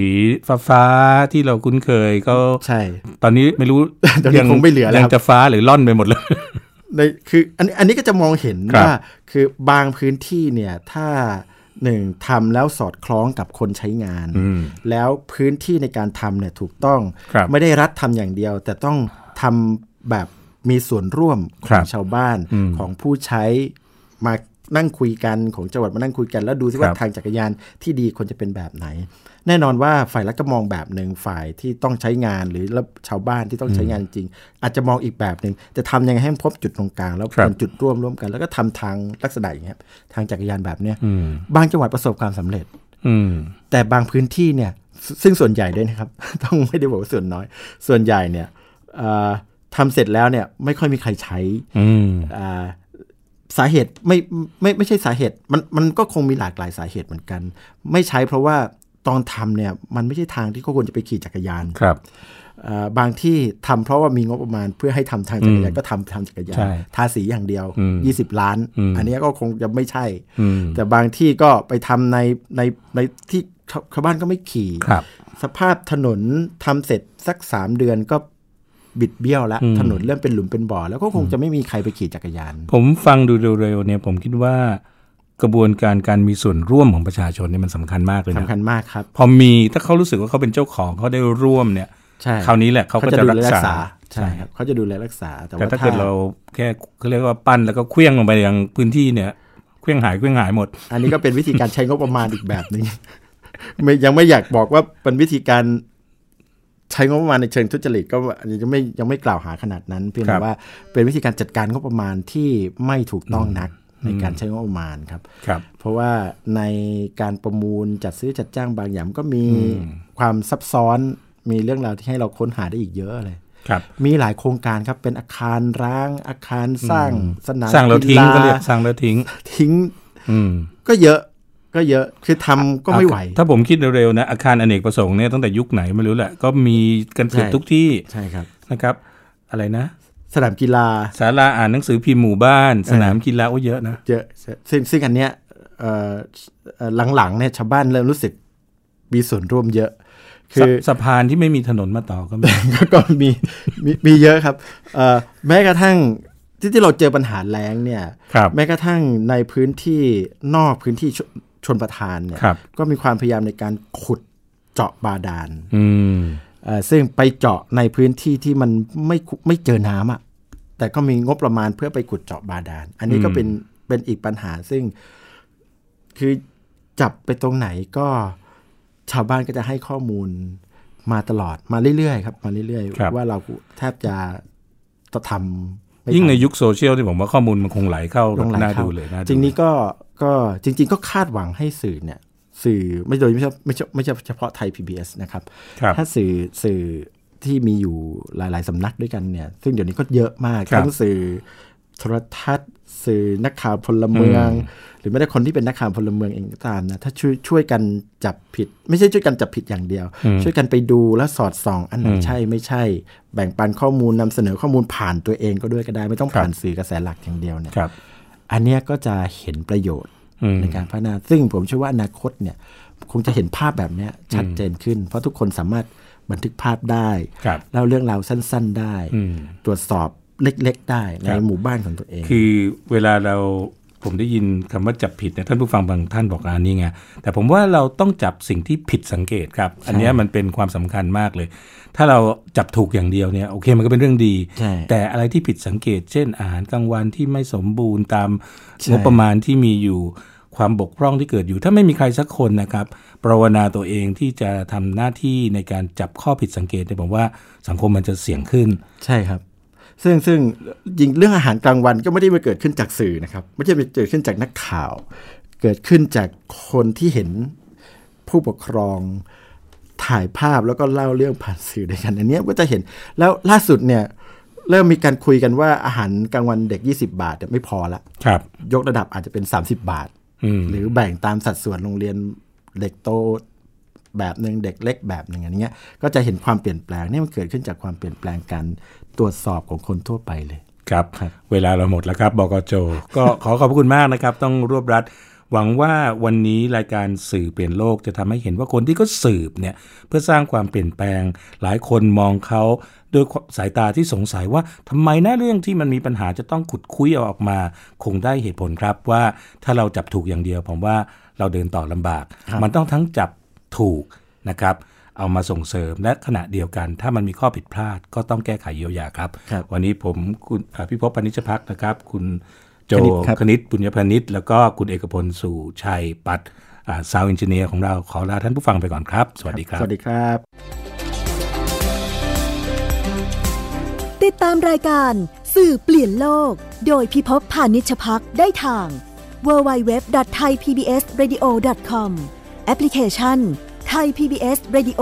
[SPEAKER 2] ฟ้าๆที่เราคุ้นเคยก็
[SPEAKER 3] ใช่
[SPEAKER 2] ตอนนี้ไม่รู้
[SPEAKER 3] ตอนนี้คงไม่เหลือแล้ว
[SPEAKER 2] ยังจะฟ้าหรือล่อนไปหมดเลย
[SPEAKER 3] ในคืออันนี้อันนี้ก็จะมองเห็น
[SPEAKER 2] ครับ
[SPEAKER 3] ว่าคือบางพื้นที่เนี่ยถ้าหนึ่งทำแล้วสอดคล้องกับคนใช้งาน
[SPEAKER 2] อืม
[SPEAKER 3] แล้วพื้นที่ในการทำเนี่ยถูกต้อง
[SPEAKER 2] ครับ
[SPEAKER 3] ไม่ได้รัฐทำอย่างเดียว แต่ต้องทำแบบมีส่วนร่วมข
[SPEAKER 2] ครั
[SPEAKER 3] อง
[SPEAKER 2] บ
[SPEAKER 3] ชาวบ้าน
[SPEAKER 2] อืม
[SPEAKER 3] ของผู้ใช้มานั่งคุยกันของจังหวัดมานั่งคุยกัน แล้วดูซิ
[SPEAKER 2] ค
[SPEAKER 3] ว่า
[SPEAKER 2] รับ
[SPEAKER 3] ทางจักรยานที่ดีควรจะเป็นแบบไหน แน่นอนว่าฝ่ายรัฐก็มองแบบหนึ่งฝ่ายที่ต้องใช้งานหรือแล้วชาวบ้านที่ต้องใช้งานจริง อาจจะมองอีกแบบหนึ่งจะทำยังไงให้มันพบจุดตรงกลางแล้ว
[SPEAKER 2] ครับ
[SPEAKER 3] เป็นจุดร่วมร่วมกัน แล้วก็ทำทางลักษณะอย่างเงี้ยทางจักรยานแบบเนี้ย
[SPEAKER 2] อืม
[SPEAKER 3] บางจังหวัดประสบความสำเร็จ
[SPEAKER 2] อืม
[SPEAKER 3] แต่บางพื้นที่เนี่ยซซึ่งส่วนใหญ่ด้วยนะครับ ต้องไม่ได้บอกว่าส่วนน้อย ส่วนใหญ่เนี่ยเอ่อทำเสร็จแล้วเนี่ยไม่ค่อยมีใครใช้
[SPEAKER 2] อืม
[SPEAKER 3] อ่าสาเหตุไม่ไม่ไม่ใช่สาเหตุมันมันก็คงมีหลากหลายสาเหตุเหมือนกัน ไม่ใช้เพราะว่าตอนทำเนี่ยมันไม่ใช่ทางที่เขาควรจะไปขี่จักรยาน
[SPEAKER 2] ครับ
[SPEAKER 3] เอ่อบางที่ทำเพราะว่ามีงบประมาณเพื่อให้ทำทางจักรยานก็ทำทางจักรยาน
[SPEAKER 2] ใช่
[SPEAKER 3] ทาสีอย่างเดียว
[SPEAKER 2] อืม
[SPEAKER 3] 20 ล้าน
[SPEAKER 2] อืม
[SPEAKER 3] อันเนี้ยก็คงจะไม่ใช่
[SPEAKER 2] อืม
[SPEAKER 3] แต่บางที่ก็ไปทำในในในที่ชาวชาวบ้านก็ไม่ขี่
[SPEAKER 2] ครับ
[SPEAKER 3] สภาพถนนทำเสร็จสักสามเดือนก็บิดเบี้ยวแล้ว
[SPEAKER 2] อืม
[SPEAKER 3] ถนนเริ่มเป็นหลุมเป็นบ่อ แล้วก็คงจะไม่มีใครไปขี่จักรยาน
[SPEAKER 2] ผมฟังดูเร็วๆเนี่ย ผมคิดว่ากระบวนการการมีส่วนร่วมของประชาชนเนี่ยมันสำคัญมากเลย
[SPEAKER 3] สำ
[SPEAKER 2] นะ
[SPEAKER 3] คัญมากครับ
[SPEAKER 2] พอมีถ้าเขารู้สึกว่าเขาเป็นเจ้าของเขาได้ร่วมเนี่ย
[SPEAKER 3] ใช่
[SPEAKER 2] คราวนี้แหละเขาก็จะรักษา
[SPEAKER 3] ใช่ครับเขาจะดูแลรักษา แต่
[SPEAKER 2] แต่
[SPEAKER 3] ว่า
[SPEAKER 2] ถ้าเกิดเราแค่เขาเรียกว่าปั้นแล้วก็เคลี้ยงลงไปยังพื้นที่เนี่ยเคลี้ยงหายเคลี้ยงหายหมด
[SPEAKER 3] อันนี้ก็เป็นวิธีการใช้งบประมาณอีกแบบหนึ่ง ไม่ยังไม่อยากบอกว่าเป็นวิธีการใช้งบประมาณในเชิงทุจริตก็อันนี้ยังไม่ยังไม่กล่าวหาขนาดนั้น เพียง
[SPEAKER 2] ครั
[SPEAKER 3] แต่
[SPEAKER 2] บ
[SPEAKER 3] ว่าเป็นวิธีการจัดการงบประมาณที่ไม่ถูกต้องนักในการใช้งบประมาณครับ
[SPEAKER 2] ครับ
[SPEAKER 3] เพราะว่าในการประมูลจัดซื้อจัดจ้างบางอย่างก็มีความซับซ้อนมีเรื่องราวที่ให้เราค้นหาได้อีกเยอะเลย
[SPEAKER 2] ครับ
[SPEAKER 3] มีหลายโครงการครับเป็นอาคารร้าง อาคารสร้างสนาม
[SPEAKER 2] สร้างแล้วทิ้ง
[SPEAKER 3] กีฬ
[SPEAKER 2] ก็เรียกสร้างแล้วทิ้ง
[SPEAKER 3] ทิ้ง
[SPEAKER 2] อืม
[SPEAKER 3] ก็เยอะก็เยอะคือทำก็ไม่ไหว
[SPEAKER 2] ถ้าผมคิดเร็วๆนะอาคารอเนกประสงค์เนี่ยตั้งแต่ยุคไหนไม่รู้แหละ ก็มีกันเกือบ
[SPEAKER 3] ใช่
[SPEAKER 2] ทุกที่
[SPEAKER 3] ใช่ครับ
[SPEAKER 2] นะครับ อะไรนะ
[SPEAKER 3] สนามกีฬา
[SPEAKER 2] ศาลาอ่านหนังสือพิมพ์หมู่บ้าน สนามกีฬาโอ้เยอะนะ
[SPEAKER 3] เยอะซึ่งซึ่งอันเนี้ยเอ่อเอ่อหลังๆเนี่ยชาวบ้านเริ่มรู้สึกมีส่วนร่วมเยอะ คื
[SPEAKER 2] สะ
[SPEAKER 3] อ
[SPEAKER 2] สะพานที่ไม่มีถนนมาต่อก็มี
[SPEAKER 3] ก็มีมีมีเยอะครับเอ่อแม้กระทั่งที่ที่เราเจอปัญหาแล้งเนี่ย
[SPEAKER 2] ครับ
[SPEAKER 3] แม้กระทั่งในพื้นที่นอกพื้นที่ชชนประทานเนี่ย
[SPEAKER 2] ครับ
[SPEAKER 3] ก็มีความพยายามในการขุดเจาะบาดาล
[SPEAKER 2] อืม
[SPEAKER 3] เอ่อซึ่งไปเจาะในพื้นที่ที่มันไม่คุไม่เจอน้ำอะแต่ก็มีงบประมาณเพื่อไปขุดเจาะบาดาลอันนี้ก็เป็นเป็นอีกปัญหาซึ่งคือจับไปตรงไหนก็ชาวบ้านก็จะให้ข้อมูลมาตลอดมาเรื่อยๆครับมาเรื่อย
[SPEAKER 2] ครับ
[SPEAKER 3] ๆ ว่าเราแทบจะจะทำไม่
[SPEAKER 2] ยิ่ง
[SPEAKER 3] ทัน
[SPEAKER 2] ในยุคโซเชียลที่ผมว่าข้อมูลมันคงไหลเข้า
[SPEAKER 3] ลงไหล
[SPEAKER 2] น่า
[SPEAKER 3] เข้า
[SPEAKER 2] ดูเลยน่า
[SPEAKER 3] จริงนี้ก็ก็จริง ๆ ก็คาดหวังให้สื่อเนี่ย สื่อไม่โดยไม่ใช่ไม่ใช่ไม่ใช่เฉพาะไทย PBS นะครับ
[SPEAKER 2] ครับ
[SPEAKER 3] ถ้าสื่อสื่อที่มีอยู่หลาย ๆ สำนักด้วยกันเนี่ย ซึ่งเดี๋ยวนี้ก็เยอะมาก
[SPEAKER 2] ครับ
[SPEAKER 3] ทั้งสื่อโทรทัศน์ สื่อนักข่าวพลเมือง
[SPEAKER 2] อืม
[SPEAKER 3] หรือแม้แต่คนที่เป็นนักข่าวพลเมืองเองก็ตามนะถ้าช่วยช่วยกันจับผิด ไม่ใช่ช่วยกันจับผิดอย่างเดียว ช่วยกันไปดูและสอดส่อง อันไหนใช่ไม่ใช่ แบ่งปันข้อมูลนำเสนอข้อมูลผ่านตัวเองก็ด้วยก็ได้ไม่ต้องผ่านสื่อกระแสหลักอย่างเดียวเนี่ย
[SPEAKER 2] ครับ
[SPEAKER 3] อันเนี้ยก็จะเห็นประโยชน์
[SPEAKER 2] อืม
[SPEAKER 3] ในการพัฒนา ซึ่งผมเชื่อว่าอนาคตเนี่ยคงจะเห็นภาพแบบเนี้ยชัดเจนขึ้น เพราะทุกคนสามารถบันทึกภาพได้
[SPEAKER 2] ครับ
[SPEAKER 3] เล่าเรื่องราวสั้น ๆ ได้
[SPEAKER 2] อืม
[SPEAKER 3] ตรวจสอบเล็ก ๆ ได้ใน
[SPEAKER 2] ครับ
[SPEAKER 3] หมู่บ้านของตัวเอง
[SPEAKER 2] คือเวลาเรา ผมได้ยินคำว่าจับผิดเนี่ยท่านผู้ฟังบางท่านบอกอ่านี่ไงแต่ผมว่าเราต้องจับสิ่งที่ผิดสังเกตครับ อันเนี้ยมันเป็นความสำคัญมากเลย ถ้าเราจับถูกอย่างเดียวเนี่ยโอเคมันก็เป็นเรื่องดี
[SPEAKER 3] ใช่
[SPEAKER 2] แต่อะไรที่ผิดสังเกต เช่น อาหารกลางวันที่ไม่สมบูรณ์ตาม
[SPEAKER 3] ใช่
[SPEAKER 2] งบประมาณที่มีอยู่ความบกพร่องที่เกิดอยู่ ถ้าไม่มีใครสักคนนะครับปรวนาตัวเองที่จะทำหน้าที่ในการจับข้อผิดสังเกตเนี่ยผมว่าสังคมมันจะเสี่ยงขึ้น
[SPEAKER 3] ใช่ครับ ซึ่งซึ่งยิงเรื่องอาหารกลางวันก็ไม่ได้มาเกิดขึ้นจากสื่อนะครับ ไม่ใช่มาเกิดขึ้นจากนักข่าว เกิดขึ้นจากคนที่เห็นผู้ปกครองถ่ายภาพแล้วก็เล่าเรื่องผ่านสื่อด้วยกันอันเนี้ยก็จะเห็นแล้วล่าสุดเนี่ยเริ่มมีการคุยกันว่าอาหารกลางวันเด็ก 20 บาทเนี่ยไม่พอละ
[SPEAKER 2] ครับ
[SPEAKER 3] ยกระดับอาจจะเป็น 30 บาท
[SPEAKER 2] อืม
[SPEAKER 3] หรือแบ่งตามสัดส่วนโรงเรียนเด็กโตแบบหนึ่งเด็กเล็กแบบหนึ่งอย่างเงี้ยก็จะเห็นความเปลี่ยนแปลงนี่มันเกิดขึ้นจากความเปลี่ยนแปลงการตรวจสอบของคนทั่วไปเลย
[SPEAKER 2] ครับ เวลาเราหมดแล้วครับบกโจ ก็ขอขอบพระคุณมากนะครับ ต้องรวบรัด หวังว่าวันนี้รายการสื่อเปลี่ยนโลกจะทำให้เห็นว่าคนที่เขาสืบเนี่ยเพื่อสร้างความเปลี่ยนแปลง หลายคนมองเขาด้วยสายตาที่สงสัยว่าทำไมนะเรื่องที่มันมีปัญหาจะต้องขุดคุยเอาออกมา คงได้เหตุผลครับว่าถ้าเราจับถูกอย่างเดียว ผมว่าเราเดินต่อลำบาก มันต้องทั้งจับถูกนะครับ เอามาส่งเสริมและขณะเดียวกัน ถ้ามันมีข้อผิดพลาดก็ต้องแก้ไขเยียวยาครับ
[SPEAKER 3] ครับ
[SPEAKER 2] วันนี้ผมคุณอ่าพิภพพนิชพักนะครับ คุณโจ
[SPEAKER 3] คณิตครับ
[SPEAKER 2] คณิตบุญยพนิชแล้วก็คุณเอกพลสู่ชัยปัดซาวอินจิเนียร์ของเราขอลาท่านผู้ฟังไปก่อนครับ สวัสดีครับ
[SPEAKER 3] สวัสดีครับ
[SPEAKER 1] ติดตามรายการสื่อเปลี่ยนโลก โดยพิภพพานิชพักได้ทาง www.thaipbsradio.com แอปพลิเคชัน Thai PBS Radio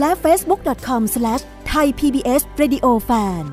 [SPEAKER 1] และ facebook.com/thaipbsradiofan